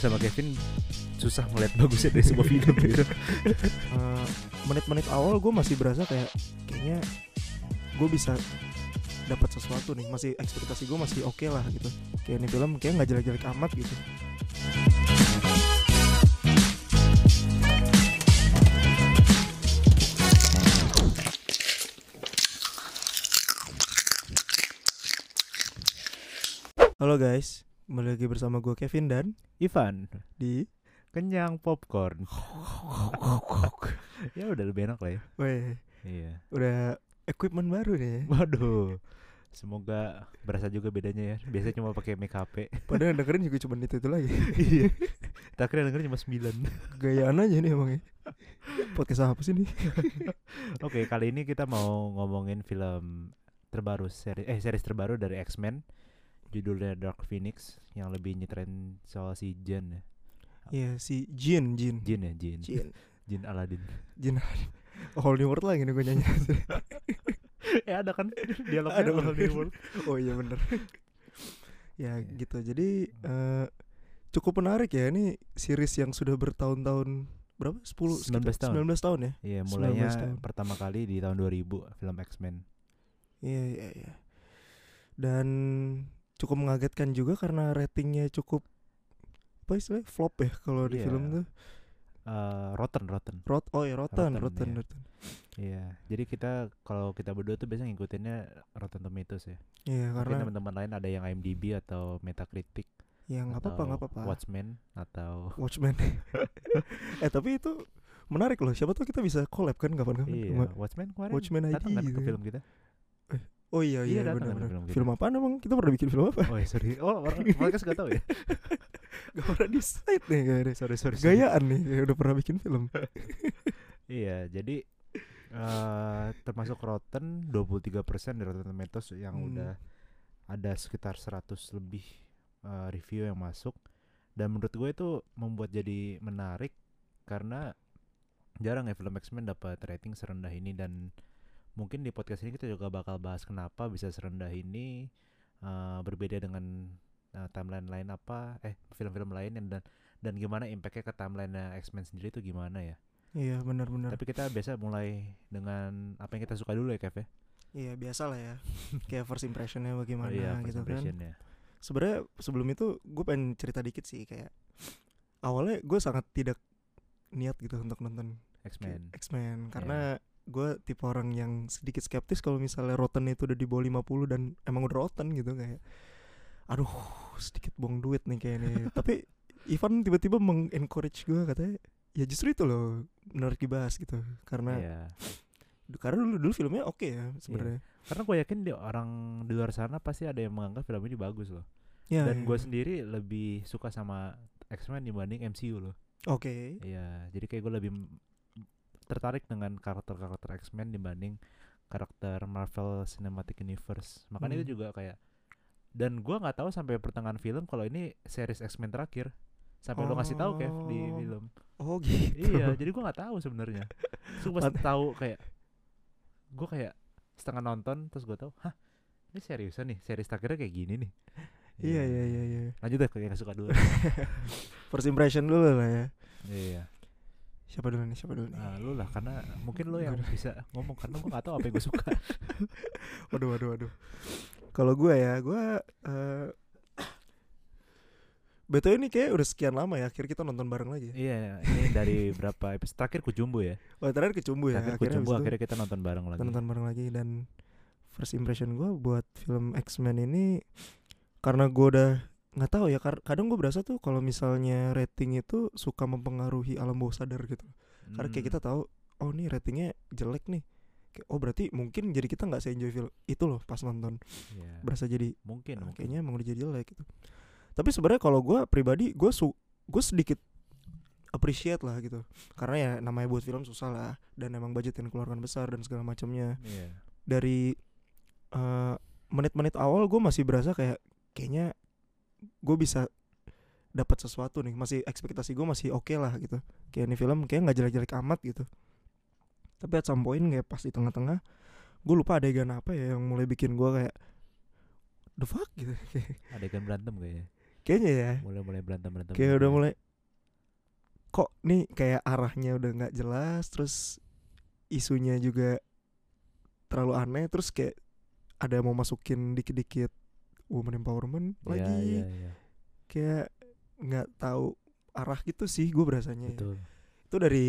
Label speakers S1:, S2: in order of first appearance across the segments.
S1: sama Kevin susah melihat bagusnya dari sebuah film gitu.
S2: Eh, menit-menit awal gue masih berasa kayak kayaknya gue bisa dapat sesuatu nih masih ekspektasi gue masih oke lah gitu kayak ini film kayak nggak jelek-jelek amat gitu Halo guys, kembali lagi bersama gue Kevin dan
S3: Ivan,
S2: di
S3: kenyang popcorn. ya udah lebih enak lah ya.
S2: Weh,
S3: Iya.
S2: udah equipment baru nih
S3: Waduh. Semoga berasa juga bedanya ya. Biasanya cuma pakai make up.
S2: Padahal yang dengerin juga cuma itu, itu lagi
S3: Iya. Terakhir yang denger cuma 9.
S2: Gayaan aja nih emangnya Podcast apa sih nih?
S3: Oke, kali ini kita mau ngomongin film terbaru seri eh series terbaru dari X-Men. Judulnya Dark Phoenix yang lebih nyetren soal si Jean ya.
S2: Iya si Jin Jin
S3: Jean ya, Jean.
S2: Jin
S3: Jean Aladdin.
S2: Jin Whole New World lagi nih gue nyanyi
S3: eh ada kan dialognya
S2: Ada
S3: All
S2: bener.
S3: New World.
S2: Oh iya bener Ya
S3: Iya.
S2: gitu jadi eh, Cukup menarik ya ini series yang sudah bertahun-tahun Berapa?
S3: 19
S2: 10?
S3: tahun.
S2: 19 tahun ya?
S3: Iya,
S2: 19
S3: mulainya
S2: tahun.
S3: pertama kali di tahun 2000 film X-Men.
S2: Iya iya iya Dan cukup mengagetkan juga karena ratingnya cukup apa istilahnya flop ya kalau di
S3: Iya.
S2: film tuh
S3: Eh, rotten, rotten.
S2: Rot oh ya
S3: Rotten,
S2: rotten rotten
S3: iya.
S2: rotten.
S3: Iya, jadi kita kalau kita berdua tuh biasanya ngikutinnya Rotten Tomatoes ya.
S2: Iya
S3: Mungkin
S2: karena
S3: teman-teman lain ada yang IMDb atau Metacritic
S2: ya nggak apa-apa
S3: atau
S2: nggak apa-apa.
S3: Watchmen atau
S2: Watchmen. eh tapi itu menarik loh. Siapa tahu kita bisa collab kan kapan-kapan.
S3: iya,
S2: sama
S3: Watchmen kemarin
S2: Watchmen ID
S3: datang kan
S2: gitu.
S3: ke film kita.
S2: Oh iya
S3: Iya,
S2: iya,
S3: datang
S2: benar
S3: kan
S2: benar.
S3: film kita.
S2: Film apaan emang? Kita pernah bikin film apa?
S3: Oh, ya, sorry. Oh, orang podcast gak tahu ya.
S2: Gak pernah di site nih kayaknya.
S3: Sorry, sorry. sorry.
S2: Gayaan nih, kayak udah pernah bikin film.
S3: Iya, jadi eh termasuk Rotten 23% di Rotten Tomatoes yang
S2: Hmm.
S3: udah ada sekitar 100 lebih eh, review yang masuk dan menurut gue itu membuat jadi menarik karena jarang ya film X-Men dapat rating serendah ini dan mungkin di podcast ini kita juga bakal bahas kenapa bisa serendah ini eh, berbeda dengan eh, timeline lain apa eh film-film lain yang- dan dan gimana impactnya ke timeline X-Men sendiri itu gimana ya
S2: iya benar benar.
S3: tapi kita biasa mulai dengan apa yang kita suka dulu ya Kev ya
S2: Iya biasa lah ya. kayak first impressionnya
S3: Oh
S2: bagaimana
S3: iya, first
S2: gitu kan.
S3: impression-nya.
S2: Sebenarnya sebelum itu gue pengen cerita dikit sih kayak awalnya gue sangat tidak niat gitu untuk nonton
S3: X-Men Iya.
S2: X-Men karena gue tipe orang yang sedikit skeptis kalau misalnya rotten itu udah di bawah 50 dan emang udah rotten gitu kayak aduh sedikit buang duit nih kayak nih tapi Ivan tiba-tiba mengencourage gue katanya ya justru itu loh menarik dibahas gitu karena
S3: Iya.
S2: karena dulu dulu filmnya oke ya sebenarnya
S3: karena gue yakin di orang di luar sana pasti ada yang menganggap film ini bagus loh Iya.
S2: ya
S3: dan
S2: ya.
S3: gue sendiri lebih suka sama X-Men dibanding MCU loh
S2: oke
S3: Iya jadi kayak gue lebih m- tertarik dengan karakter-karakter X-Men dibanding karakter Marvel Cinematic Universe makanya itu
S2: Hmm.
S3: juga kayak dan gue nggak tahu sampai pertengahan film kalau ini series X-Men terakhir sampai lo ngasih tahu Kev di
S2: Oh.
S3: film
S2: oh gitu
S3: iya jadi gua nggak tahu sebenarnya terus gua pas
S2: Pat-
S3: tahu kayak gua kayak setengah nonton terus gua tahu hah ini seriusan nih series terakhirnya kayak gini nih
S2: iya iya iya iya
S3: lanjut deh ke yang suka dulu
S2: first impression dulu lah ya
S3: iya
S2: siapa dulu nih siapa dulu nih
S3: nah, lu lah karena mungkin lu yang bisa ngomong karena gua nggak tahu apa yang gua suka
S2: Waduh, waduh, waduh. Kalau gue ya, gue eh BTW ini kayak udah sekian lama ya, akhirnya kita nonton bareng lagi. ya.
S3: iya ini dari berapa episode terakhir kujumbu ya
S2: Oh, terakhir ke Cumbu ya,
S3: terakhir
S2: akhirnya
S3: kujumbu
S2: abis itu
S3: akhirnya kita nonton bareng
S2: kita
S3: lagi
S2: nonton bareng lagi dan first impression gue buat film X-Men ini karena gue udah nggak tahu ya kar- kadang gue berasa tuh kalau misalnya rating itu suka mempengaruhi alam bawah sadar gitu karena kayak
S3: Hmm,
S2: kita tahu oh nih ratingnya jelek nih Kayak, oh berarti mungkin jadi kita nggak se enjoy film itu loh pas nonton
S3: iya.
S2: berasa jadi
S3: mungkin
S2: Nah,
S3: mungkin.
S2: kayaknya emang udah jadi jelek gitu tapi sebenarnya kalau gue pribadi gue su gue sedikit appreciate lah gitu karena ya namanya buat film susah lah dan emang budget yang dikeluarkan besar dan segala macamnya
S3: iya
S2: dari eh, menit-menit awal gue masih berasa kayak kayaknya gue bisa dapat sesuatu nih masih ekspektasi gue masih oke lah gitu kayak ini film kayak nggak jelek-jelek amat gitu tapi at some point kayak pas di tengah-tengah gue lupa adegan apa ya yang mulai bikin gue kayak the fuck gitu
S3: adegan berantem kayaknya
S2: kayaknya ya
S3: mulai-mulai berantem-berantem.
S2: kayak udah
S3: gitu.
S2: mulai kok nih kayak arahnya udah nggak jelas terus isunya juga terlalu aneh terus kayak ada yang mau masukin dikit-dikit woman empowerment
S3: Iya,
S2: lagi
S3: iya, iya.
S2: kayak nggak tahu arah gitu sih gue berasanya ya.
S3: Betul.
S2: itu dari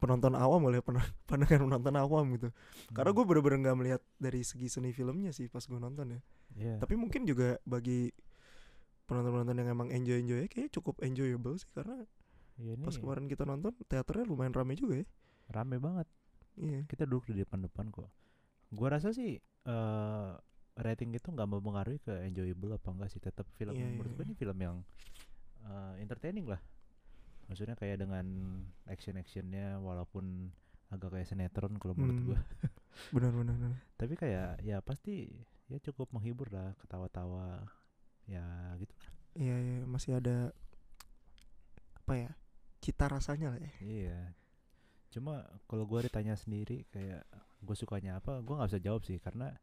S2: penonton awam oleh pandangan penonton awam gitu karena
S3: Hmm.
S2: gue bener-bener nggak melihat dari segi seni filmnya sih pas gue nonton ya
S3: Iya.
S2: tapi mungkin juga bagi penonton-penonton yang emang enjoy enjoy kayaknya cukup enjoyable sih karena
S3: Iya,
S2: pas
S3: ini
S2: kemarin kita nonton teaternya lumayan rame juga ya
S3: rame banget.
S2: iya
S3: Kita duduk di depan-depan kok. Gua rasa sih eh rating itu nggak mempengaruhi ke enjoyable apa enggak sih. Tetap film
S2: Iya,
S3: menurut
S2: iya,
S3: gua ini film yang eh, entertaining lah. Maksudnya kayak dengan action-actionnya walaupun agak kayak sinetron kalau menurut
S2: Hmm.
S3: gua.
S2: benar-benar benar.
S3: Tapi kayak ya pasti ya cukup menghibur lah ketawa-tawa ya gitu.
S2: iya iya masih ada apa ya cita rasanya lah ya
S3: Iya. Cuma kalau gue ditanya sendiri kayak gue sukanya apa, gue nggak bisa jawab sih karena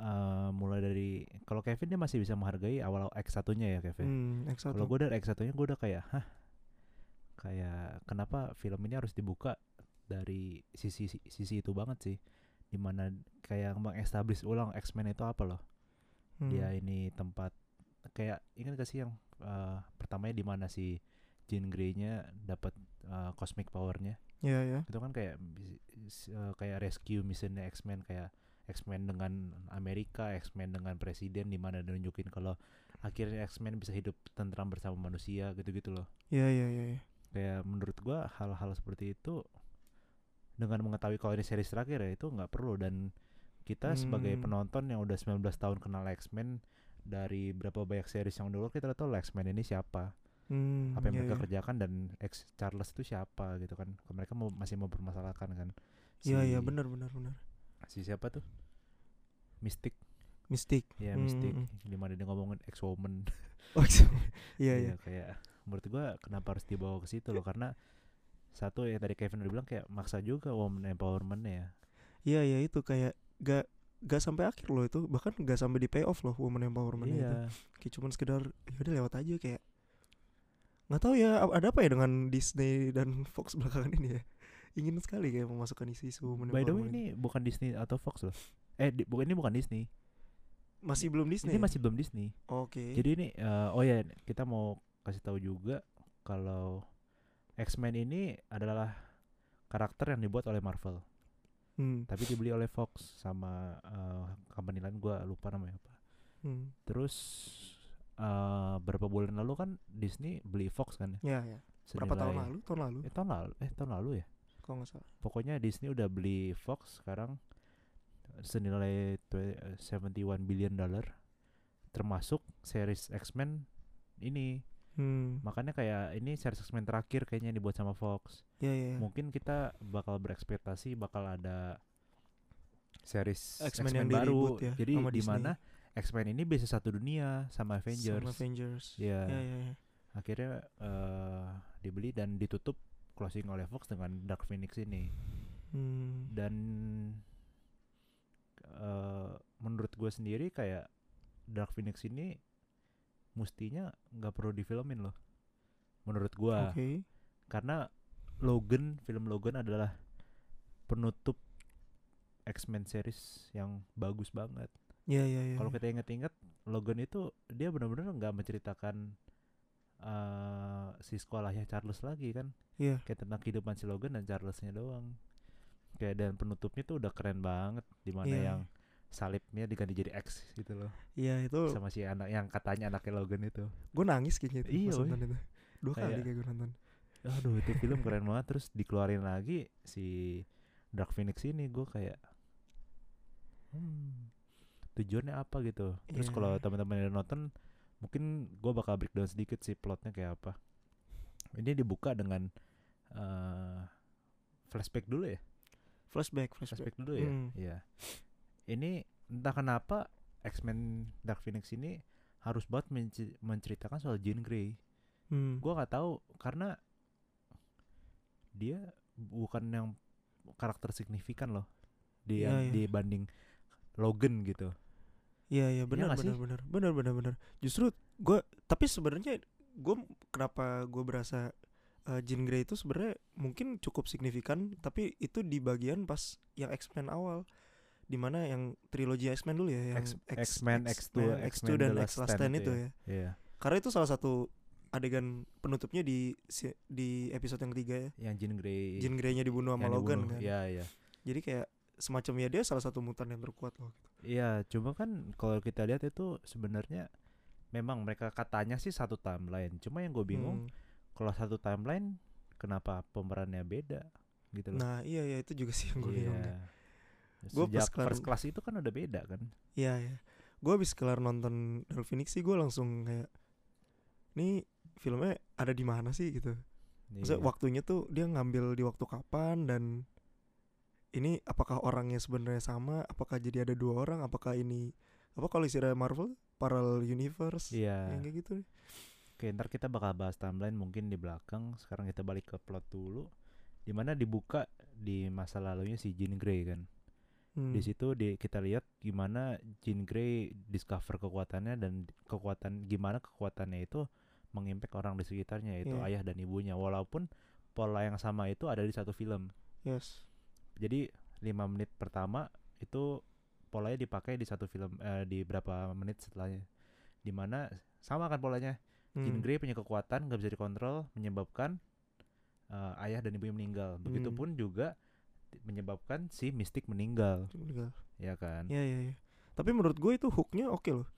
S3: eh mulai dari kalau Kevin dia masih bisa menghargai awal X satunya ya Kevin.
S2: hmm, X1
S3: Kalau gue dari X satunya gue udah kayak hah kayak kenapa film ini harus dibuka dari sisi sisi, sisi itu banget sih dimana kayak mengestablish ulang X-Men itu apa loh
S2: Hmm,
S3: dia ya ini tempat kayak ingat gak sih yang eh, pertamanya di mana si Jean Grey-nya dapat eh, cosmic powernya
S2: iya iya
S3: itu kan kayak bis- is- eh, kayak rescue missionnya X-Men kayak X-Men dengan Amerika, X-Men dengan presiden di mana nunjukin kalau akhirnya X-Men bisa hidup tentram bersama manusia gitu-gitu loh.
S2: iya iya iya iya.
S3: Kayak menurut gua hal-hal seperti itu dengan mengetahui kalau ini series terakhir ya itu nggak perlu dan kita sebagai
S2: Hmm.
S3: penonton yang udah 19 tahun kenal X-Men dari berapa banyak series yang dulu kita udah tahu lah X-Men ini siapa
S2: Hmm,
S3: apa yang
S2: iya,
S3: mereka
S2: iya.
S3: kerjakan dan ex Charles itu siapa gitu kan Kalau mereka mau, masih mempermasalahkan kan
S2: iya iya
S3: Si-
S2: benar benar benar
S3: si siapa tuh Mystic
S2: mistik
S3: ya
S2: Hmm,
S3: Mystic
S2: hmm.
S3: dimana dia ngomongin ex woman
S2: Oh, X- iya iya
S3: kayak menurut gua kenapa harus dibawa ke situ loh karena satu ya tadi Kevin udah bilang kayak maksa juga woman empowerment ya
S2: iya iya itu kayak gak gak sampai akhir loh itu bahkan gak sampai di payoff loh woman empowerment itu
S3: iya
S2: kayak cuman sekedar ya udah lewat aja kayak nggak tahu ya a- ada apa ya dengan Disney dan Fox belakangan ini ya ingin sekali kayak memasukkan isu-isu woman
S3: by the way
S2: empowerment
S3: ini bukan Disney atau Fox loh eh di- bukan ini bukan Disney
S2: masih belum Disney
S3: ini
S2: ya?
S3: masih belum Disney
S2: oke
S3: Jadi ini eh, oh ya kita mau kasih tahu juga kalau X-Men ini adalah karakter yang dibuat oleh Marvel,
S2: Hmm,
S3: tapi dibeli oleh Fox sama eh, company lain gua lupa namanya apa.
S2: hmm.
S3: Terus eh berapa bulan lalu kan Disney beli Fox kan ya?
S2: ya ya berapa tahun
S3: senilai-
S2: lalu tahun lalu
S3: Eh tahun lalu, eh tahun lalu ya.
S2: kalau nggak salah
S3: Pokoknya Disney udah beli Fox sekarang senilai twe- eh, 71 billion dollar termasuk series X-Men ini
S2: hmm.
S3: Makanya kayak ini series X-Men terakhir kayaknya yang dibuat sama Fox.
S2: ya ya ya.
S3: Mungkin kita bakal berekspektasi bakal ada series X-Men,
S2: X-Men yang
S3: baru.
S2: di-reboot ya
S3: Jadi
S2: sama
S3: di
S2: Disney.
S3: mana X-Men ini bisa satu dunia sama Avengers.
S2: Sama Avengers
S3: Iya.
S2: ya ya ya.
S3: Akhirnya eh, dibeli dan ditutup closing oleh Fox dengan Dark Phoenix ini.
S2: Hmm.
S3: Dan eh, menurut gue sendiri kayak Dark Phoenix ini mestinya nggak perlu difilmin loh. Menurut gue
S2: oke
S3: karena Logan film Logan adalah penutup X-Men series yang bagus banget.
S2: ya ya ya
S3: Kalau
S2: ya.
S3: kita inget-inget Logan itu dia benar-benar nggak menceritakan eh, si sekolahnya Charles lagi kan,
S2: Iya.
S3: kayak tentang kehidupan si Logan dan Charlesnya doang. Kayak dan penutupnya tuh udah keren banget dimana
S2: Iya.
S3: yang salibnya diganti jadi X gitu loh
S2: Iya itu
S3: sama si anak yang katanya anaknya Logan itu.
S2: gue nangis kayaknya itu
S3: Iya,
S2: pas
S3: woy.
S2: nonton itu dua
S3: Kayak-
S2: kali kayak gue nonton
S3: Aduh itu film keren banget terus dikeluarin lagi si Dark Phoenix ini gue kayak hmm, tujuannya apa gitu. Terus
S2: Iya.
S3: kalau teman-teman yang nonton mungkin gue bakal breakdown sedikit sih plotnya kayak apa. Ini dibuka dengan eh, flashback dulu ya,
S2: flashback flashback
S3: flashback dulu ya.
S2: Hmm.
S3: Iya. Ini entah kenapa X-Men Dark Phoenix ini harus banget menci- menceritakan soal Jean Grey
S2: hmm.
S3: gua nggak tahu karena dia bukan yang karakter signifikan loh di
S2: Iya, iya.
S3: dibanding Logan gitu
S2: Iya iya benar
S3: nggak sih?
S2: benar benar benar benar benar. Justru gue tapi sebenarnya gue kenapa gue berasa eh, Jean Grey itu sebenarnya mungkin cukup signifikan tapi itu di bagian pas yang X-Men awal dimana yang trilogi X-Men dulu ya yang
S3: X- X-Men, X2, X-Men
S2: dan
S3: The
S2: X Last Stand itu ya.
S3: Iya.
S2: Karena itu salah satu adegan penutupnya di si- di episode yang ketiga ya.
S3: Yang Jean Grey.
S2: Jean Grey-nya dibunuh sama
S3: Iya. yang
S2: Logan
S3: dibunuh.
S2: kan.
S3: Iya, iya.
S2: Jadi kayak semacamnya dia salah satu mutan yang terkuat loh.
S3: Iya, cuma kan kalau kita lihat itu sebenarnya memang mereka katanya sih satu timeline. Cuma yang gue bingung
S2: Hmm.
S3: kalau satu timeline kenapa pemerannya beda gitu loh.
S2: Nah, iya iya itu juga sih yang gue
S3: Iya. Ya,
S2: bingung. Gua pas
S3: Sejak
S2: kelar-
S3: first class itu kan udah beda kan.
S2: Iya ya. Gue abis kelar nonton Dark Phoenix sih gue langsung kayak Nih filmnya ada di mana sih gitu Maksudnya
S3: Iya.
S2: waktunya tuh dia ngambil di waktu kapan dan Ini apakah orangnya sebenarnya sama Apakah jadi ada dua orang Apakah ini Apa kalau istilah Marvel Parallel Universe
S3: Iya.
S2: Yang kayak gitu
S3: Oke, ntar kita bakal bahas timeline mungkin di belakang. Sekarang kita balik ke plot dulu. Dimana dibuka di masa lalunya si Jean Grey kan.
S2: Hmm.
S3: Di situ di, kita lihat gimana Jean Grey discover kekuatannya dan di- kekuatan gimana kekuatannya itu mengimpact orang di sekitarnya yaitu
S2: Iya.
S3: ayah dan ibunya. Walaupun pola yang sama itu ada di satu film.
S2: Yes
S3: Jadi 5 menit pertama itu polanya dipakai di satu film eh, di berapa menit setelahnya. Dimana sama kan polanya Jean
S2: Hmm.
S3: Grey punya kekuatan nggak bisa dikontrol menyebabkan eh, ayah dan ibunya meninggal.
S2: Hmm.
S3: Begitupun juga ti- menyebabkan si Mystic meninggal,
S2: Meninggal.
S3: ya kan?
S2: Iya iya iya Tapi menurut gue itu hooknya oke loh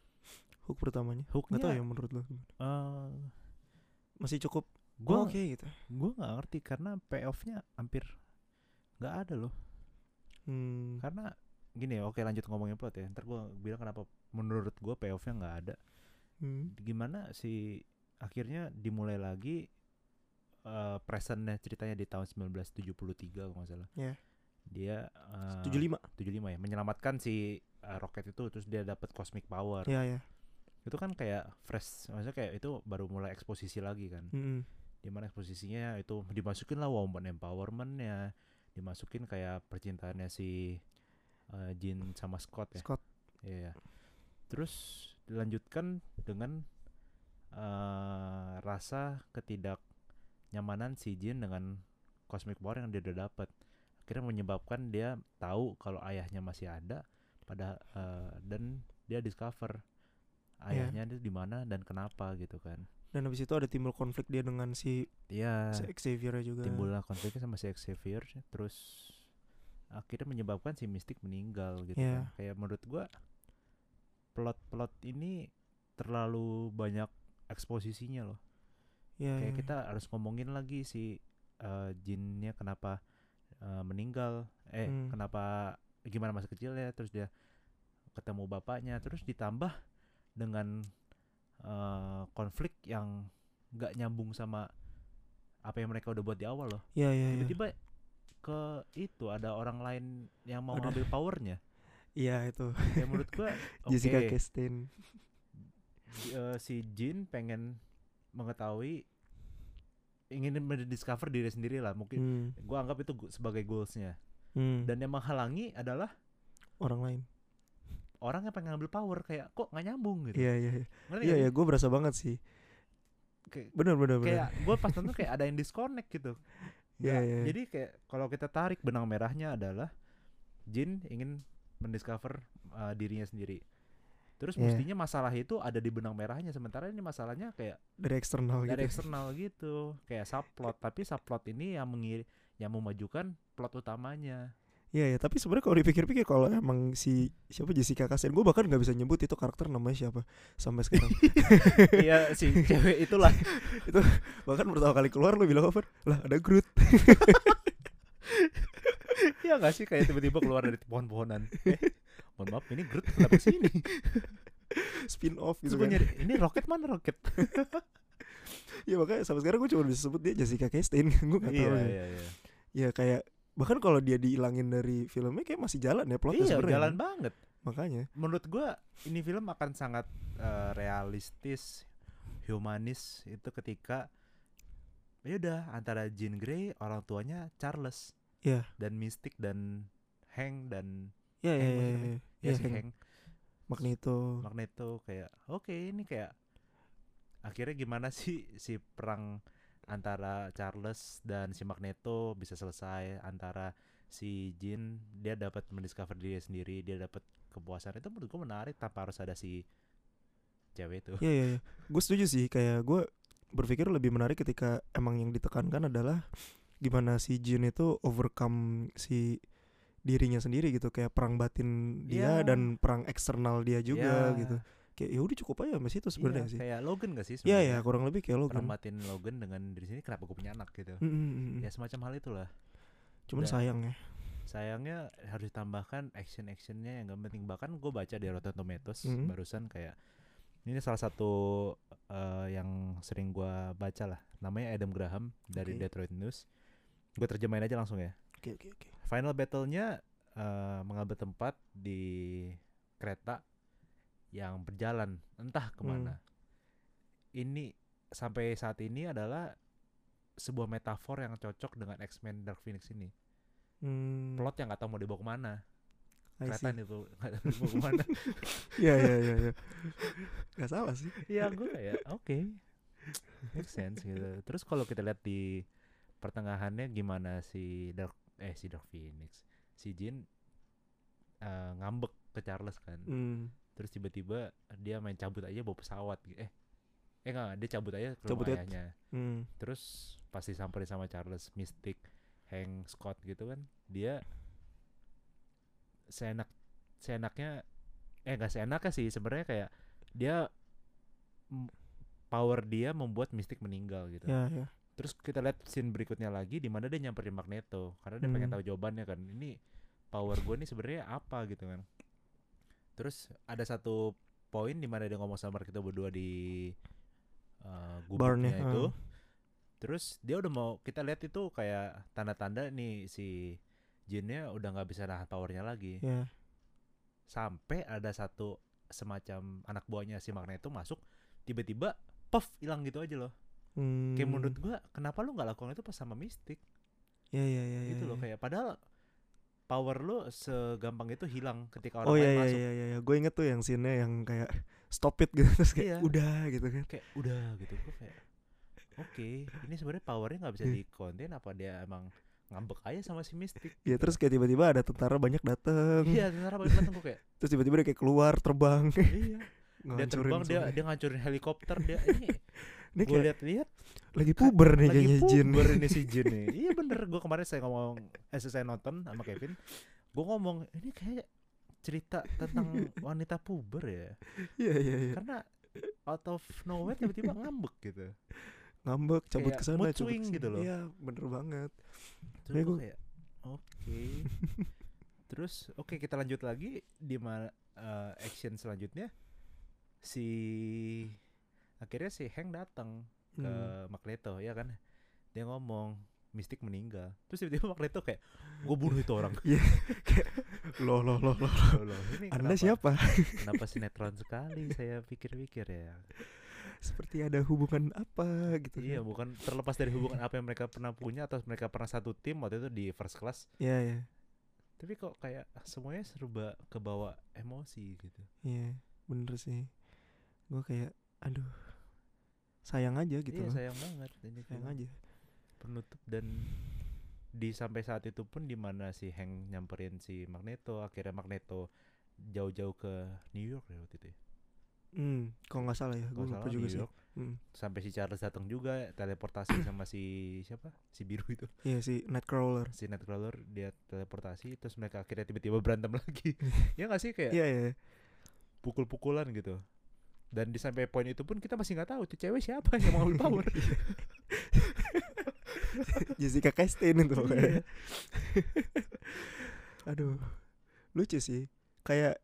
S2: Hook pertamanya Gak tau
S3: Hooknya,
S2: ya menurut lo
S3: eh,
S2: Masih cukup
S3: gue
S2: oke gitu
S3: gua nggak ngerti karena payoffnya hampir nggak ada loh.
S2: Hmm.
S3: Karena gini ya, oke lanjut ngomongin plot ya. Ntar gue bilang kenapa menurut gue payoffnya nggak ada.
S2: Hmm.
S3: Gimana si akhirnya dimulai lagi eh, presentnya ceritanya di tahun 1973 kalau nggak salah.
S2: Iya.
S3: Dia eh,
S2: 75
S3: 75 ya menyelamatkan si uh, roket itu terus dia dapat cosmic power
S2: Iya ya.
S3: itu kan kayak fresh maksudnya kayak itu baru mulai eksposisi lagi kan
S2: Mm-mm.
S3: dimana eksposisinya itu dimasukin lah woman empowermentnya dimasukin kayak percintaannya si uh, Jin sama Scott ya
S2: Scott.
S3: Iya, iya. terus dilanjutkan dengan uh, rasa ketidaknyamanan si Jin dengan cosmic power yang dia udah dapat akhirnya menyebabkan dia tahu kalau ayahnya masih ada pada uh, dan dia discover
S2: Iya.
S3: ayahnya itu di mana dan kenapa gitu kan
S2: Dan habis itu ada timbul konflik dia dengan si,
S3: dia
S2: si Xavier juga.
S3: timbullah konfliknya sama si Xavier terus akhirnya menyebabkan si Mystic meninggal gitu
S2: Iya.
S3: kan. kayak menurut gua plot-plot ini terlalu banyak eksposisinya loh
S2: Iya,
S3: kayak
S2: iya.
S3: kita harus ngomongin lagi si eh, jinnya kenapa eh, meninggal eh
S2: Hmm.
S3: kenapa gimana masa kecilnya terus dia ketemu bapaknya terus ditambah dengan eh, konflik yang nggak nyambung sama apa yang mereka udah buat di awal loh
S2: Iya iya iya.
S3: tiba-tiba ke itu ada orang lain yang mau
S2: Ada.
S3: ambil powernya
S2: Iya itu.
S3: ya menurut gua oke
S2: Jessica Chastain.
S3: eh, si Jin pengen mengetahui ingin mendiscover diri sendiri lah mungkin
S2: Hmm.
S3: gue anggap itu gu- sebagai goalsnya
S2: Hmm.
S3: dan yang menghalangi adalah
S2: orang lain.
S3: orang yang pengen ambil power kayak kok nggak nyambung gitu
S2: Iya iya iya.
S3: Ngerti
S2: Iya
S3: nggak
S2: ya,
S3: sih?
S2: gue berasa banget sih.
S3: Kayak-
S2: Bener bener
S3: kayak
S2: bener.
S3: gue pas nonton kayak ada yang disconnect gitu
S2: Iya
S3: Nggak-
S2: iya.
S3: jadi kayak kalau kita tarik benang merahnya adalah Jin ingin mendiscover uh, dirinya sendiri terus
S2: Iya.
S3: mestinya masalah itu ada di benang merahnya sementara ini masalahnya kayak
S2: Dari eksternal gitu.
S3: dari eksternal gitu kayak subplot tapi subplot ini yang mengir yang memajukan plot utamanya
S2: Iya iya. Tapi sebenarnya kalau dipikir-pikir kalau emang si siapa Jessica Chastain, gue bahkan nggak bisa nyebut itu karakter namanya siapa sampai sekarang.
S3: iya si cewek itulah
S2: bahkan pertama kali keluar lu bilang apa? Lah ada Groot.
S3: ya nggak sih kayak tiba-tiba keluar dari pohon-pohonan eh, mohon maaf ini Groot kenapa sini
S2: Spin off
S3: terus gua
S2: gitu kan.
S3: nyari ini roket mana roket
S2: Iya makanya sampai sekarang gue cuma bisa sebut dia Jessica Chastain. gue nggak tahu. ya.
S3: iya iya
S2: ya kayak bahkan kalau dia dihilangin dari filmnya kayak masih jalan ya plotnya
S3: iya
S2: sebenarnya.
S3: jalan banget
S2: makanya
S3: menurut gua ini film akan sangat eh, realistis humanis itu ketika ya udah antara Jean Grey orang tuanya Charles
S2: Iya.
S3: dan Mystic dan Hank dan
S2: ya ya
S3: Hank
S2: ya,
S3: maksudnya.
S2: ya,
S3: ya
S2: ya,
S3: si
S2: Hank.
S3: Hank
S2: Magneto.
S3: Magneto kayak oke ini kayak akhirnya gimana sih si perang antara Charles dan si Magneto bisa selesai antara si Jin dia dapat mendiscover diri sendiri dia dapat kepuasan itu menurut gue menarik tanpa harus ada si cewek itu
S2: Iya iya iya. Gue setuju sih kayak gue berpikir lebih menarik ketika emang yang ditekankan adalah gimana si Jin itu overcome si dirinya sendiri gitu kayak perang batin dia
S3: Iya.
S2: dan perang eksternal dia juga
S3: Iya,
S2: gitu. Kayak ya udah cukup aja sampai situ
S3: iya,
S2: sebenarnya sih.
S3: kayak Logan gak sih
S2: Iya
S3: sebenarnya?
S2: ya kurang lebih kayak lo
S3: perang
S2: kan.
S3: batin Logan dengan diri sini kenapa gue punya anak gitu
S2: Mm, mm, mm, mm.
S3: ya semacam hal itulah
S2: Cuman
S3: udah.
S2: sayang ya.
S3: sayangnya harus ditambahkan action actionnya yang gak penting bahkan gue baca di Rotten Tomatoes
S2: Mhm.
S3: barusan kayak ini salah satu eh, yang sering gue baca lah namanya Adam Graham dari
S2: Oke.
S3: Detroit News gue terjemahin aja langsung ya
S2: Oke oke oke.
S3: final battlenya eh, mengambil tempat di kereta yang berjalan entah kemana
S2: Hmm.
S3: ini sampai saat ini adalah sebuah metafor yang cocok dengan X-Men Dark Phoenix ini
S2: Hmm,
S3: plot yang gak tahu mau dibawa kemana
S2: I see.
S3: kelihatan itu nggak tahu mau kemana
S2: Iya iya iya iya. Gak salah sih.
S3: ya gue kayak oke make sense gitu terus kalau kita lihat di pertengahannya gimana si dark eh si dark phoenix si jin eh, ngambek ke charles kan
S2: Hmm,
S3: terus tiba-tiba dia main cabut aja bawa pesawat gitu. eh eh enggak dia cabut aja ke
S2: Cabut
S3: rumah
S2: aja.
S3: ayahnya
S2: hmm.
S3: terus pasti samperin sama Charles Mystic Hank Scott gitu kan dia seenak seenaknya eh gak seenaknya sih sebenarnya kayak dia m- power dia membuat Mystic meninggal gitu
S2: Ya ya.
S3: terus kita lihat scene berikutnya lagi di mana dia nyamperin Magneto karena dia pengen
S2: Hmm.
S3: tahu jawabannya kan ini power gue ini sebenarnya apa gitu kan terus ada satu poin di mana dia ngomong sama kita berdua di uh,
S2: Barnya,
S3: gubuknya itu terus dia udah mau kita lihat itu kayak tanda-tanda nih si Jinnya udah nggak bisa nahan powernya lagi
S2: Ya.
S3: sampai ada satu semacam anak buahnya si Magneto masuk tiba-tiba puff hilang gitu aja loh
S2: Hmm.
S3: kayak menurut gua kenapa lu nggak lakukan itu pas sama Mystic
S2: Ya ya ya.
S3: gitu
S2: ya,
S3: loh
S2: ya.
S3: kayak padahal power lu segampang itu hilang ketika orang
S2: Oh
S3: lain
S2: iya iya
S3: masuk
S2: iya iya, iya. gue inget tuh yang scene yang kayak stop it gitu terus kayak
S3: Iya.
S2: udah gitu kan.
S3: kayak udah gitu gue kayak oke ini sebenarnya powernya nggak
S2: Iya.
S3: bisa dikonten apa dia emang ngambek aja sama si Mystic
S2: Ya terus kayak tiba-tiba ada tentara banyak dateng
S3: iya tentara balik datang gue kayak
S2: Terus tiba-tiba dia kayak keluar terbang.
S3: iya dia
S2: Ngancurin
S3: terbang dia
S2: semuanya.
S3: dia ngancurin helikopter dia ini gue
S2: Ini kayak
S3: lihat-lihat
S2: lagi puber
S3: kan,
S2: nih
S3: lagi
S2: kayaknya Jin.
S3: puber ini si Jin nih iya bener gue kemarin saya ngomong eh saya nonton sama Kevin gue ngomong ini kayak cerita tentang wanita puber ya
S2: Iya iya iya.
S3: karena out of nowhere tiba-tiba ngambek gitu
S2: Ngambek cabut
S3: kayak
S2: ke sana
S3: mood
S2: cabut
S3: swing
S2: kesana.
S3: gitu loh.
S2: Iya, bener banget.
S3: Terus
S2: Ya,
S3: gue
S2: gua-
S3: kayak oke. Terus oke kita lanjut lagi di mana eh, action selanjutnya si akhirnya si Hank datang ke
S2: Hmm.
S3: Magneto ya kan. Dia ngomong Mystic meninggal. Terus tiba-tiba Magneto kayak gue bunuh itu orang.
S2: Loh loh loh loh.
S3: Loh, loh, ini
S2: Anda
S3: kenapa-
S2: siapa?
S3: Kenapa sinetron sekali saya pikir-pikir ya.
S2: Seperti ada hubungan apa gitu.
S3: Iya,
S2: kan.
S3: bukan terlepas dari hubungan apa yang mereka pernah punya atau mereka pernah satu tim waktu itu di first class.
S2: Iya iya.
S3: Tapi kok kayak semuanya serba kebawa emosi gitu.
S2: Iya, bener sih. Gue kayak aduh. Sayang aja gitu
S3: iya
S2: loh.
S3: sayang banget ini
S2: Sayang
S3: film
S2: aja.
S3: penutup dan di sampai saat itu pun di mana si Hank nyamperin si Magneto akhirnya Magneto jauh-jauh ke New York ya waktu itu ya.
S2: Hmm, kalau nggak salah ya,
S3: Kalau
S2: gue lupa
S3: salah New
S2: juga sih.
S3: York.
S2: Hmm.
S3: sampai si Charles datang juga teleportasi sama si siapa si biru itu
S2: Iya sih, Nightcrawler.
S3: si Nightcrawler dia teleportasi terus mereka akhirnya tiba-tiba berantem lagi ya nggak sih kayak
S2: Iya iya.
S3: pukul-pukulan gitu dan di sampai poin itu pun kita masih nggak tahu tuh cewek siapa yang mau ambil power
S2: Jessica Chastain
S3: Iya.
S2: itu pokoknya. Aduh. Lucu sih. Kayak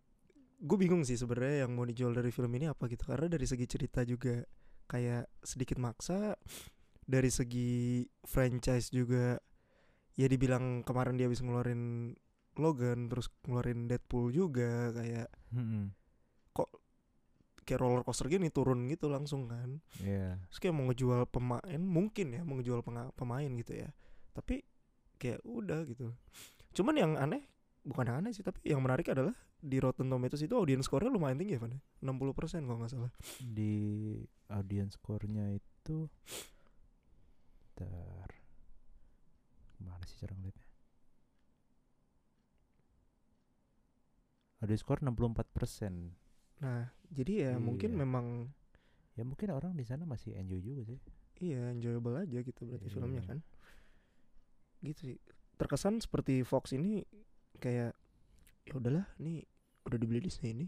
S2: gue bingung sih sebenarnya yang mau dijual dari film ini apa gitu. Karena dari segi cerita juga kayak sedikit maksa. Dari segi franchise juga ya dibilang kemarin dia habis ngeluarin Logan terus ngeluarin Deadpool juga kayak
S3: Mm-mm.
S2: kayak roller coaster gini turun gitu langsung kan.
S3: Iya.
S2: Terus kayak mau ngejual pemain mungkin ya mau ngejual penga- pemain gitu ya. Tapi kayak udah gitu. Cuman yang aneh bukan yang aneh sih tapi yang menarik adalah di Rotten Tomatoes itu audience score-nya lumayan tinggi ya, Van? ya? 60% kalau nggak salah.
S3: di audience score-nya itu ter mana sih cara ngeliatnya audience score 64
S2: Nah, jadi ya mungkin
S3: Iya.
S2: memang
S3: ya mungkin orang di sana masih enjoy juga sih
S2: iya enjoyable aja gitu berarti
S3: Iya.
S2: filmnya kan. Gitu sih. Terkesan seperti Fox ini kayak ya udahlah, nih udah dibeli Disney ini.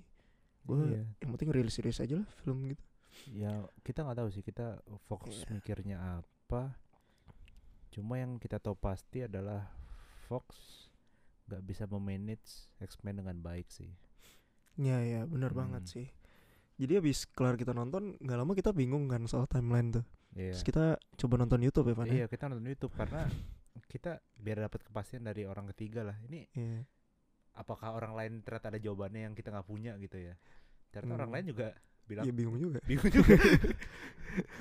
S2: Gue
S3: Iya.
S2: yang penting rilis-rilis aja lah film gitu.
S3: ya kita nggak tahu sih kita Fox
S2: Iya.
S3: mikirnya apa cuma yang kita tahu pasti adalah Fox nggak bisa memanage X-Men dengan baik sih
S2: Ya ya, benar
S3: Hmm.
S2: banget sih. Jadi habis kelar kita nonton, nggak lama kita bingung kan soal timeline tuh.
S3: Iya.
S2: Terus kita coba nonton YouTube ya, Van. ya?
S3: Iya kita nonton YouTube karena kita biar dapat kepastian dari orang ketiga lah. Ini
S2: Iya.
S3: apakah orang lain ternyata ada jawabannya yang kita nggak punya gitu ya? Ternyata orang
S2: Hmm.
S3: lain juga bilang
S2: Ya bingung juga.
S3: bingung juga.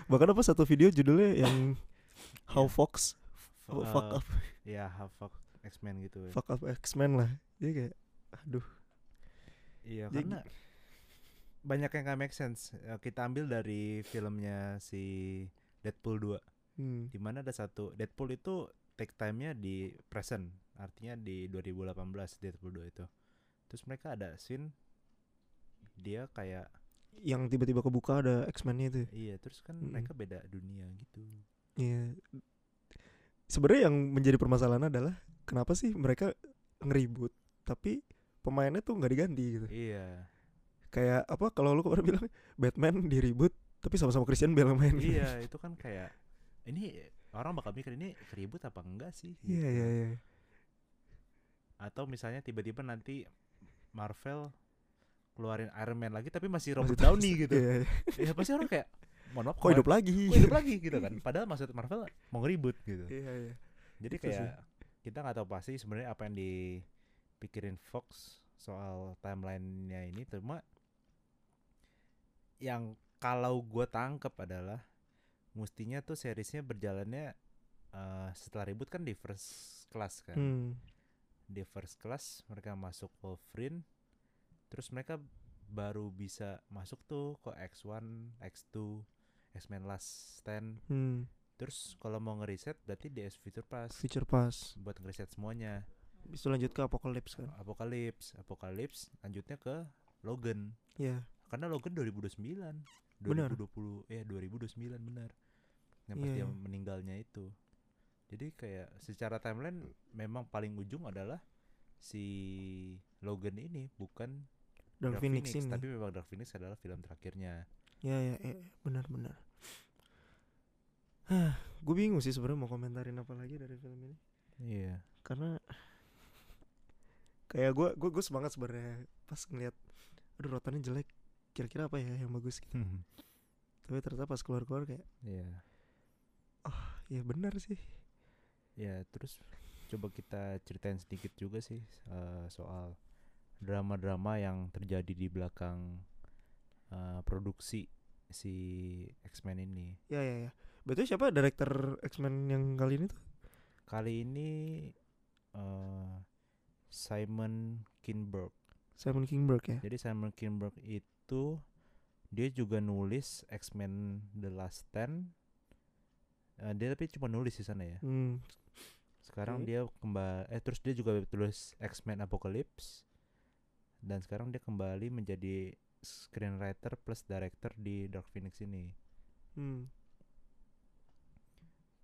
S2: Bahkan apa satu video judulnya yang How
S3: Iya.
S2: Fox
S3: F-
S2: Oh, fuck
S3: eh,
S2: up
S3: Ya how fuck X-Men gitu.
S2: fuck up X-Men lah. Jadi kayak aduh.
S3: Iya
S2: Jadi-
S3: karena banyak yang nggak make sense. Eh, Kita ambil dari filmnya si Deadpool 2
S2: Hmm.
S3: di mana ada satu Deadpool itu take time-nya di present, artinya di 2018 Deadpool 2 itu. Terus mereka ada scene dia kayak
S2: Yang tiba-tiba kebuka ada X-Men-nya itu.
S3: Iya, terus kan
S2: Mm-mm.
S3: mereka beda dunia gitu.
S2: Iya. Sebenarnya yang menjadi permasalahan adalah kenapa sih mereka ngeribut tapi pemainnya tuh nggak diganti gitu.
S3: Iya.
S2: Kayak apa kalau lu kemarin bilang Batman diribut tapi sama-sama Christian Bale yang main.
S3: iya, itu kan kayak ini orang bakal mikir ini keribut apa enggak sih?
S2: Iya
S3: gitu.
S2: iya iya.
S3: Atau misalnya tiba-tiba nanti Marvel keluarin Iron Man lagi tapi masih
S2: Maksud-
S3: Robert Downey gitu.
S2: Iya, iya.
S3: Ya pasti orang kayak mohon maaf
S2: Kok hidup lagi?
S3: kok hidup lagi gitu kan. Padahal maksud Marvel mau ngeribut gitu.
S2: Iya iya.
S3: Jadi
S2: Itu sih.
S3: kayak kita nggak tahu pasti sebenarnya apa yang dipikirin Fox soal timelinenya ini cuma yang kalau gue tangkep adalah mestinya tuh seriesnya berjalannya eh, setelah ribut kan di first class kan
S2: Hmm.
S3: di first class mereka masuk Wolverine terus mereka baru bisa masuk tuh ke X1, X2, X-Men Last Stand
S2: Hmm.
S3: terus kalau mau ngeriset berarti DS Future Past
S2: Future Pass.
S3: buat ngeriset semuanya
S2: Bisa lanjut ke Apocalypse kan?
S3: Apokalips Apokalips lanjutnya ke Logan
S2: Iya.
S3: karena Logan 2029
S2: Benar.
S3: 2020 ya 2029 benar yang pas
S2: Iya,
S3: dia
S2: iya.
S3: meninggalnya itu jadi kayak secara timeline memang paling ujung adalah si Logan ini bukan
S2: Dark, Phoenix, ini.
S3: tapi memang Dark Phoenix adalah film terakhirnya
S2: Ya ya, ya benar-benar. gue bingung sih sebenarnya mau komentarin apa lagi dari film ini
S3: iya
S2: karena kayak gue gue gue semangat sebenarnya pas ngeliat aduh rotannya jelek kira-kira apa ya yang bagus gitu. tapi ternyata pas keluar-keluar kayak
S3: iya
S2: ya benar sih
S3: Ya terus coba kita ceritain sedikit juga sih eh, soal drama-drama yang terjadi di belakang eh, produksi si X-Men ini.
S2: ya ya ya betul siapa director X-Men yang kali ini tuh
S3: Kali ini eh, Simon Kinberg.
S2: Simon Kingberg ya
S3: Jadi Simon Kinberg itu dia juga nulis X-Men The Last Stand. Eh, dia tapi cuma nulis di sana ya.
S2: hmm
S3: Sekarang
S2: Oke.
S3: dia kembali eh terus dia juga tulis X-Men Apocalypse dan sekarang dia kembali menjadi screenwriter plus director di Dark Phoenix ini.
S2: hmm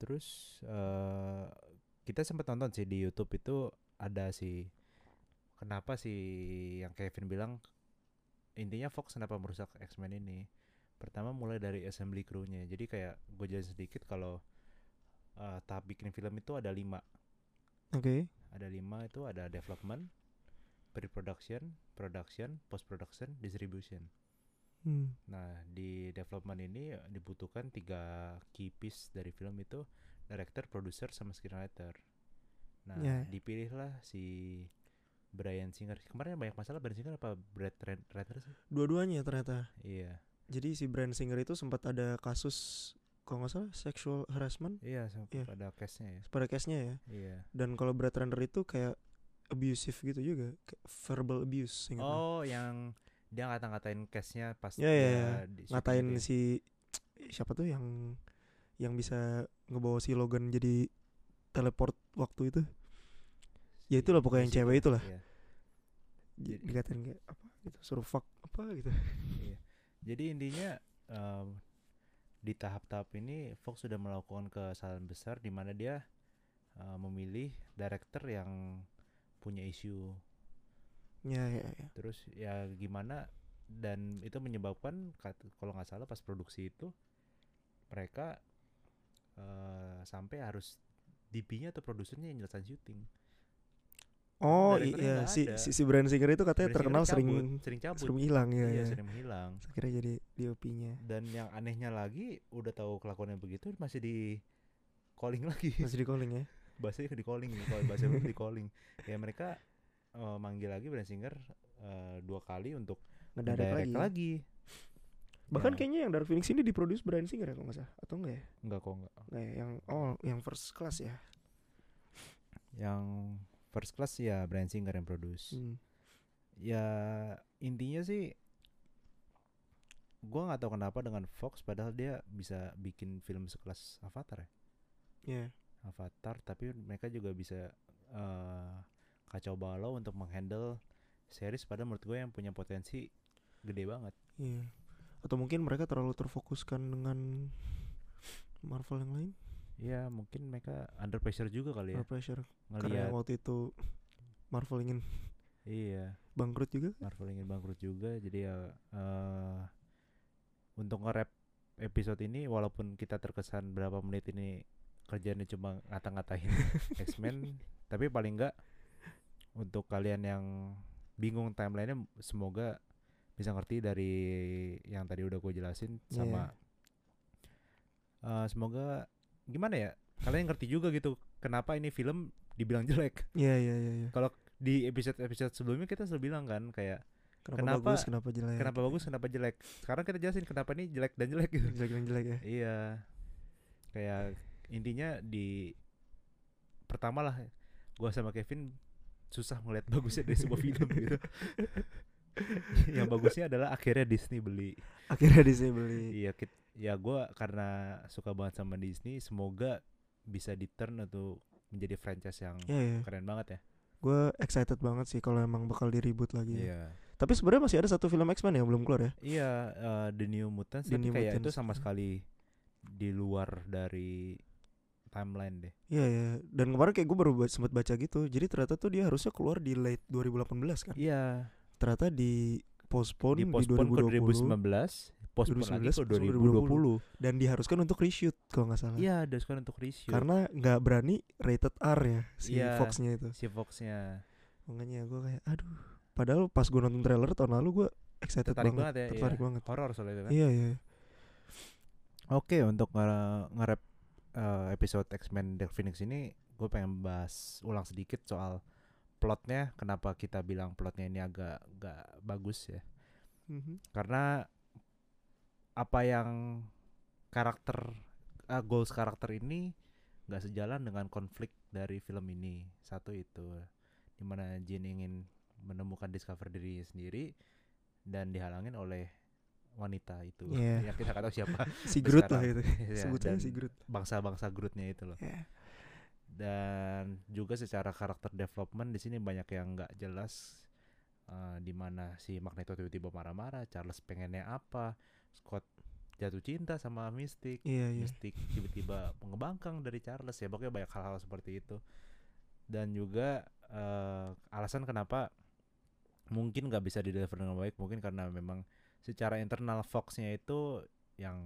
S3: Terus eh kita sempat nonton sih di YouTube itu ada si kenapa sih yang Kevin bilang intinya Fox kenapa merusak X-Men ini. Pertama mulai dari assembly crew-nya. Jadi kayak gue jelasin sedikit kalau eh tahap bikin film itu ada lima
S2: oke
S3: ada lima itu ada development pre-production production post production distribution
S2: hmm
S3: nah di development ini eh, dibutuhkan tiga key piece dari film itu director producer sama screenwriter nah
S2: Ya, ya.
S3: dipilihlah si Brian Singer kemarin banyak masalah Brian Singer apa Brad Ren- Renner sih
S2: dua-duanya ternyata
S3: iya
S2: jadi si Brand Singer itu sempat ada kasus kalau nggak salah sexual harassment
S3: iya sampai
S2: Iya.
S3: pada case-nya ya
S2: pada case-nya ya
S3: iya
S2: dan kalau Brad Renner itu kayak abusive gitu juga kayak verbal abuse ingat gua.
S3: Oh, yang dia ngata-ngatain cashnya pas
S2: Ya, ya, ya.
S3: dia di syuting
S2: ngatain
S3: gitu ya.
S2: si siapa tuh yang yang bisa ngebawa si Logan jadi teleport waktu itu
S3: Si
S2: ya itulah pokoknya yang
S3: Jessica,
S2: cewek itulah
S3: iya.
S2: J-
S3: Jadi-
S2: dikatain kayak apa gitu suruh fuck apa gitu
S3: Iya. Jadi intinya em, di tahap-tahap ini Fox sudah melakukan kesalahan besar di mana dia eh, memilih director yang punya isu
S2: ya ya ya
S3: terus ya gimana dan itu menyebabkan kat- kalau nggak salah pas produksi itu mereka eh, sampai harus DP-nya atau produsernya yang jelasan syuting.
S2: oh
S3: Directornya
S2: iya
S3: nggak
S2: si
S3: ada.
S2: si, si Brand Singer itu katanya
S3: Brand Singer
S2: terkenal sering
S3: cabut, sering cabut.
S2: sering hilang
S3: Iya,
S2: ya, ya.
S3: sering menghilang.
S2: akhirnya jadi DOP-nya
S3: Dan yang anehnya lagi udah tahu kelakuannya begitu masih di calling lagi.
S2: masih di calling ya
S3: bahasanya di calling nih, kalau bahasa lu di calling. Ya mereka eh, manggil lagi Brand Singer eh, dua kali untuk
S2: ngedirect lagi.
S3: direct lagi.
S2: bahkan
S3: Ya.
S2: kayaknya yang Dark Phoenix ini diproduksi Brand Singer ya kalau nggak salah atau enggak ya
S3: Enggak kok enggak.
S2: Nggak ya, yang oh yang first class ya
S3: Yang first class ya Brand Singer yang produce.
S2: Hmm.
S3: Ya intinya sih gua nggak tahu kenapa dengan Fox padahal dia bisa bikin film sekelas Avatar ya.
S2: ya
S3: Avatar tapi mereka juga bisa eh, kacau balau untuk menghandle series pada menurut gue yang punya potensi gede banget
S2: Iya. Atau mungkin mereka terlalu terfokuskan dengan Marvel yang lain,
S3: ya mungkin mereka under pressure juga kali ya
S2: Under pressure. Karena
S3: ngelihat
S2: yang waktu itu Marvel ingin
S3: iya
S2: bangkrut juga.
S3: Marvel ingin bangkrut juga jadi ya eh, untuk nge-wrap episode ini walaupun kita terkesan berapa menit ini kerjaannya cuma ngata-ngatain X-Men tapi paling enggak untuk kalian yang bingung timelinenya semoga bisa ngerti dari yang tadi udah gue jelasin
S2: Iya.
S3: sama eh, semoga gimana ya kalian ngerti juga gitu kenapa ini film dibilang jelek
S2: Iya iya iya. iya.
S3: di episode episode sebelumnya kita sudah bilang kan kayak
S2: Kenapa,
S3: Kenapa-
S2: bagus, kenapa jelek?
S3: kenapa bagus kenapa jelek sekarang kita jelasin kenapa ini jelek dan jelek gitu
S2: jelek dan jelek ya?
S3: iya kayak intinya di pertama lah gua sama Kevin susah melihat bagusnya dari sebuah film gitu yang bagusnya adalah akhirnya Disney beli
S2: Akhirnya Disney beli.
S3: iya kit- ya gua karena suka banget sama Disney semoga bisa di turn atau menjadi franchise yang
S2: Iya iya.
S3: keren banget ya
S2: Gue excited banget sih kalau emang bakal di-reboot lagi. ya.
S3: iya
S2: Tapi sebenarnya masih ada satu film X-Men yang belum keluar ya.
S3: Iya, eh, The New Mutants
S2: The
S3: tapi
S2: New
S3: kayak itu
S2: Mutants,
S3: sama
S2: iya.
S3: sekali di luar dari timeline deh.
S2: Iya iya. Dan kemarin kayak gue baru ba- sempet baca gitu. Jadi ternyata tuh dia harusnya keluar di late 2018 kan.
S3: Iya,
S2: Ternyata di postpone
S3: di
S2: di,
S3: postpone ke
S2: 2020
S3: 2019, postpone lagi
S2: 2019,
S3: ke
S2: terus
S3: 2020.
S2: dan diharuskan untuk reshoot kalau nggak salah.
S3: Iya, ada sekarang untuk reshoot
S2: karena nggak berani rated R ya si
S3: Iya.
S2: Fox-nya itu
S3: si Fox-nya
S2: makanya gue kayak aduh padahal pas gue nonton trailer tahun lalu gue excited
S3: tertarik
S2: banget,
S3: banget, ya,
S2: tertarik
S3: iya.
S2: banget
S3: horor soalnya itu kan.
S2: iya iya
S3: Oke, untuk nge- nge-wrap eh, episode X-Men Dark Phoenix ini gue pengen bahas ulang sedikit soal plotnya kenapa kita bilang plotnya ini agak gak bagus ya.
S2: Mhm.
S3: karena apa yang karakter ah, goals karakter ini nggak sejalan dengan konflik dari film ini satu itu dimana Jin ingin menemukan discover dirinya sendiri dan dihalangin oleh wanita itu
S2: Iya.
S3: ya kita nggak tahu siapa
S2: si Groot lah
S3: sekarang.
S2: itu
S3: Ya,
S2: sebut aja
S3: dan
S2: si Groot
S3: bangsa-bangsa Grootnya itu loh
S2: Iya.
S3: dan juga secara karakter development di sini banyak yang nggak jelas eh, di mana si Magneto tiba-tiba marah-marah Charles pengennya apa Scott jatuh cinta sama Mystic
S2: iya iya
S3: Mystic tiba-tiba ngebangkang dari Charles ya pokoknya banyak hal-hal seperti itu dan juga eh, alasan kenapa mungkin nggak bisa di deliver dengan baik mungkin karena memang secara internal Fox-nya itu yang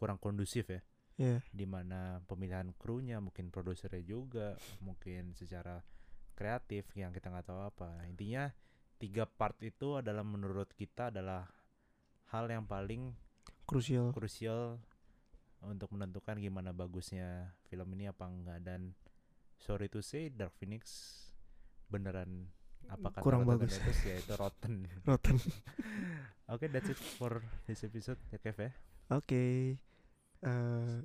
S3: kurang kondusif ya
S2: iya
S3: di mana pemilihan krunya mungkin produsernya juga mungkin secara kreatif yang kita nggak tahu apa intinya tiga part itu adalah menurut kita adalah hal yang paling
S2: krusial
S3: krusial untuk menentukan gimana bagusnya film ini apa enggak dan sorry to say Dark Phoenix beneran apa kata
S2: Kurang
S3: kata
S2: bagus.
S3: Donatus, ya itu rotten
S2: rotten
S3: oke that's it for this episode ya Kev ya
S2: oke Eh,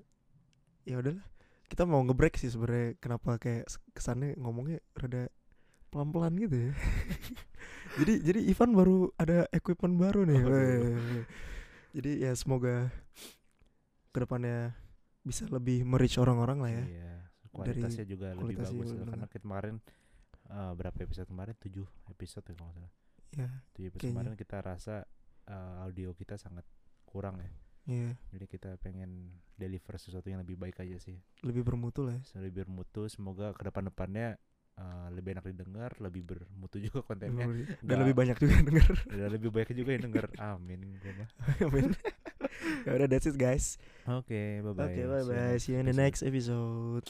S2: ya udahlah kita mau ngebreak sih sebenarnya kenapa kayak s- kesannya ngomongnya rada pelan-pelan gitu ya. jadi jadi Ivan baru ada equipment baru nih.
S3: Waduh.
S2: Weh. jadi ya semoga kedepannya bisa lebih merich orang-orang lah ya.
S3: Iya. Kualitasnya juga lebih
S2: kualitasnya
S3: bagus
S2: juga
S3: lah,
S2: bener.
S3: karena kita kemarin eh, berapa episode kemarin? 7 episode ya kalau nggak salah.
S2: Ya,
S3: 7 episode
S2: Kayaknya.
S3: kemarin kita rasa eh, audio kita sangat kurang ya.
S2: ya
S3: Jadi kita pengen deliver sesuatu yang lebih baik aja sih.
S2: lebih bermutu lah. Ya.
S3: Lebih bermutu, semoga ke depan-depannya eh, lebih enak didengar, lebih bermutu juga
S2: Lebih
S3: kontennya.
S2: bermutu. Dan
S3: ya. nggak-
S2: lebih banyak juga yang denger.
S3: Dan lebih baik juga yang denger. Amin gua mah.
S2: Amin. ya udah that's it guys.
S3: Oke, bye bye.
S2: Oke, bye bye. See you in the next episode.